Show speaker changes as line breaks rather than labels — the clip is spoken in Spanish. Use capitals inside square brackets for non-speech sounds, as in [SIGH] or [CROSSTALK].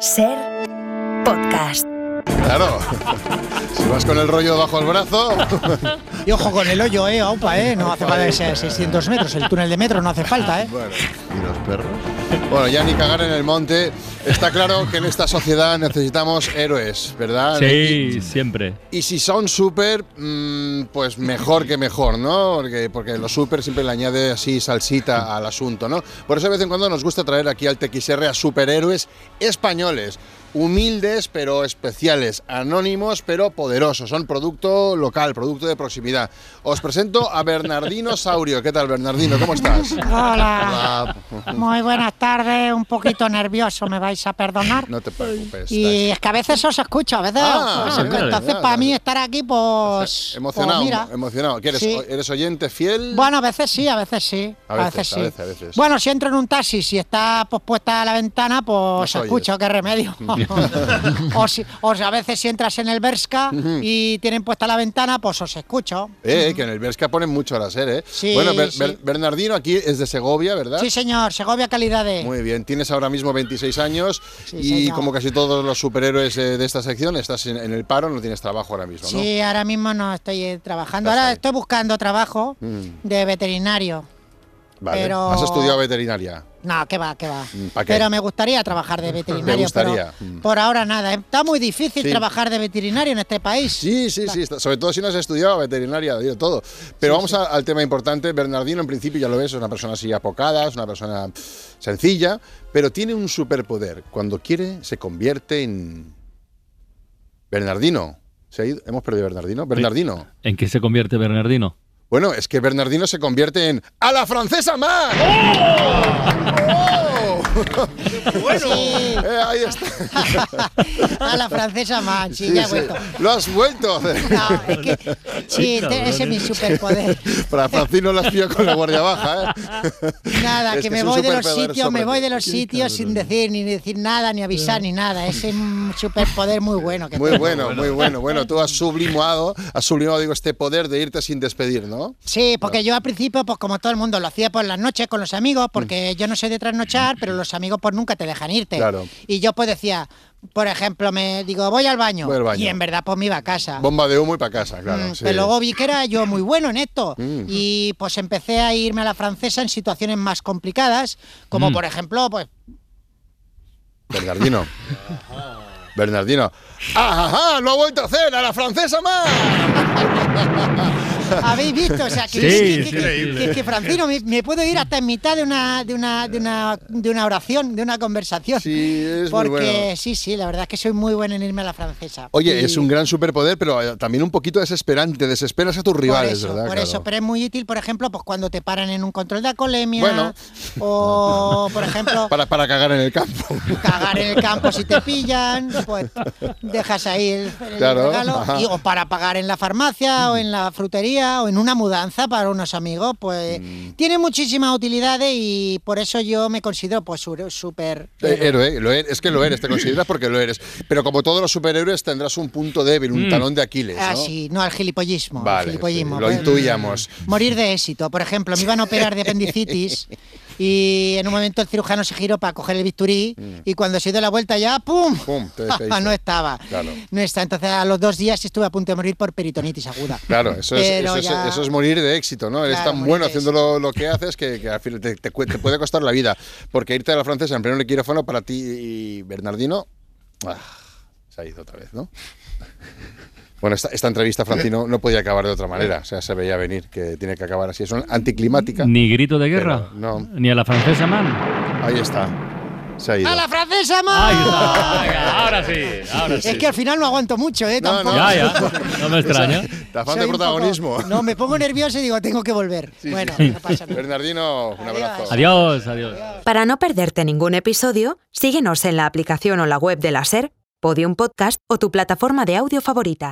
Ser podcast.
Claro. [LAUGHS] Si vas con el rollo bajo el brazo. [LAUGHS]
Y ojo con el hoyo, eh, opa, eh. No hace falta que sea 600 metros. El túnel de metro no hace falta, eh.
Bueno, y los perros. Bueno, ya ni cagar en el monte. Está claro que en esta sociedad necesitamos héroes, ¿verdad?
Sí, siempre.
Y si son súper, mm, pues mejor que mejor, ¿no? Porque, porque lo súper siempre le añade así salsita al asunto, ¿no? Por eso de vez en cuando nos gusta traer aquí al TXR a superhéroes españoles. Humildes pero especiales, anónimos pero poderosos. Son producto local, producto de proximidad. Os presento a Bernardino Saurio. ¿Qué tal, Bernardino? ¿Cómo estás?
Hola.
Hola.
Muy buenas tardes. Un poquito nervioso, me vais a perdonar.
No te preocupes.
Y es que a veces os escucho, a veces
Ah,
os escucho.
vale,
Entonces,
vale.
para mí estar aquí, pues.
Emocionado,
pues mira.
emocionado. ¿Qué eres?
Sí.
o- ¿Eres oyente fiel?
Bueno, a veces sí, a veces sí.
A veces, a veces, a veces.
Bueno, si entro en un taxi, si está pues, puesta la ventana, pues
oyes.
escucho,
[LAUGHS]
qué remedio. o, si, o si a veces si entras en el Berska y tienen puesta la ventana, pues os escucho.
Eh, eh, que en el Berska ponen mucho a la ser, ¿eh?
Sí,
bueno, Ber-
sí.
Ber- Bernardino aquí es de Segovia, ¿verdad?
Sí, señor, Segovia Calidades.
¿Ah? Muy bien, tienes ahora mismo 26 años
Sí,
y
señor.
como casi todos los superhéroes eh, de esta sección, estás en, en el paro, no tienes trabajo ahora mismo, ¿no?
Sí, ahora mismo no estoy eh, trabajando.
Estás
Ahora
ahí.
estoy buscando trabajo de veterinario.
Mm, Vale.
pero-
Has estudiado veterinaria.
No, que va, que va.
Mm, ¿pa' qué?
Pero me gustaría trabajar de
[LAUGHS]
veterinario.
Me gustaría.
pero
Mm.
por ahora nada. ¿eh? Está muy difícil
Sí.
trabajar de veterinario en este país.
Sí, sí, sí, está- sobre todo si no has estudiado veterinaria, digo, todo. Pero vamos a- al tema importante. Bernardino, en principio, ya lo ves, es una persona así apocada, es una persona sencilla, pero tiene un superpoder. Cuando quiere, se convierte en. Bernardino. ¿Se ha ido? ¿Hemos perdido a Bernardino? Bernardino.
¿En qué se convierte Bernardino?
Bueno, es que Bernardino se convierte en. ¡A la francesa más!
Oh, Sí,
Eh, ahí está.
a la francesa más. Ah, Sí,
Sí,
ya he
sí.
vuelto.
Lo has vuelto.
No, es
[LAUGHS]
que, sí, te- ese es mi superpoder.
Para Francino las pilla con la guardia baja, ¿eh?
Nada,
Es
que,
que
me
es un
voy de los
superpoder
sitios, me
sobre-
voy de los sitios sin decir ni decir nada, ni avisar, ni nada. Ese es un superpoder muy bueno que [LAUGHS]
Muy
tengo.
bueno, muy bueno. Bueno, tú has sublimado, has sublimado, digo, este poder de irte sin despedir, ¿no?
Sí, porque yo al principio, pues como todo el mundo, lo hacía por las noches con los amigos, porque yo no soy de trasnochar, pero los amigos pues nunca te dejan irte.
Mm. Claro.
Y yo pues decía, por ejemplo, me digo, voy al baño.
Voy al baño.
Y en verdad pues me iba a casa.
Bomba de humo y para casa, claro.
Mm,
sí.
Pero luego vi que era yo muy bueno en esto
[LAUGHS] Mm.
y pues empecé a irme a la francesa en situaciones más complicadas,
Mm.
como por ejemplo, pues [LAUGHS]
Bernardino. Bernardino. ¡Ajá! ¡Lo ha vuelto a hacer! ¡A la francesa más!
habéis visto, o sea,
[LAUGHS]
que,
Sí,
que-
sí,
que-
increíble.
que- que, Francino, me, me puedo ir hasta en mitad de una, de una, de una, de una oración, de una conversación.
Sí, es muy
Porque
bueno.
sí, sí, la verdad es que soy muy bueno en irme a la francesa.
Oye,
Y
es un gran superpoder, pero eh, también un poquito desesperante. Desesperas a tus
por
rivales,
eso,
¿verdad?
Por
Claro.
eso, pero es muy útil, por ejemplo, pues cuando te paran en un control de alcoholemia
Bueno. [LAUGHS]
o, por ejemplo,
Para, para cagar en el campo.
[LAUGHS] cagar en el campo si te pillan, pues dejas ahí el, el
Claro,
regalo.
ajá. Mm.
Y- o para pagar en la farmacia o en la frutería o en una mudanza para unos amigos, pues
Mm.
tiene muchísimas utilidades y por eso yo me considero pues su- súper...
Eh, héroe, lo eres, es que lo eres, te consideras porque lo eres. Pero como todos los superhéroes tendrás un punto débil, un talón de Aquiles, ¿no?
Ah, sí, no al gilipollismo. al
eh, Vale,
gilipollismo,
sí, lo
pues.
intuíamos.
Morir de éxito. Por ejemplo, me iban a operar de
[LAUGHS]
apendicitis y en un momento el cirujano se giró para coger el bisturí y cuando se dio la vuelta ya, ¡pum! [LAUGHS]
Pum, te despediste.
no estaba.
Claro.
No está. Entonces a los dos días estuve a punto de morir por
[LAUGHS]
peritonitis aguda.
Claro, eso es,
Pero
eso es-
ya-
eso es morir de éxito, ¿no? Eres
Claro,
tan
morir
bueno
de
haciendo lo, lo que haces que, que al final te, te cu- te puede costar la vida. Porque irte a la francesa en pleno quirófano para ti y Bernardino. ah, se ha ido otra vez, ¿no? Bueno, esta, esta entrevista, Francino, no podía acabar de otra manera. O sea, se veía venir que tiene que acabar así. Es una anticlimática.
¿Ni grito de guerra?
Pero no.
¿Ni a la francesa, man?
Ahí está. Se ha ido.
¡A la francesa, ma!
Ahí está, venga, ahora sí,
[LAUGHS]
ahora sí.
Es que al final no aguanto mucho, ¿eh?
No,
Tampoco.
no.
Ya, ya,
[LAUGHS]
no me extraña.
Te afán
Soy
de
un poco- [LAUGHS]
protagonismo.
no, me
[LAUGHS]
pongo nervioso y digo, tengo que volver. bueno, no pasa nada.
Bernardino, un abrazo.
Adiós, adiós.
Para no perderte ningún episodio, síguenos en la aplicación o la web de la Ser, Podium Podcast o tu plataforma de audio favorita.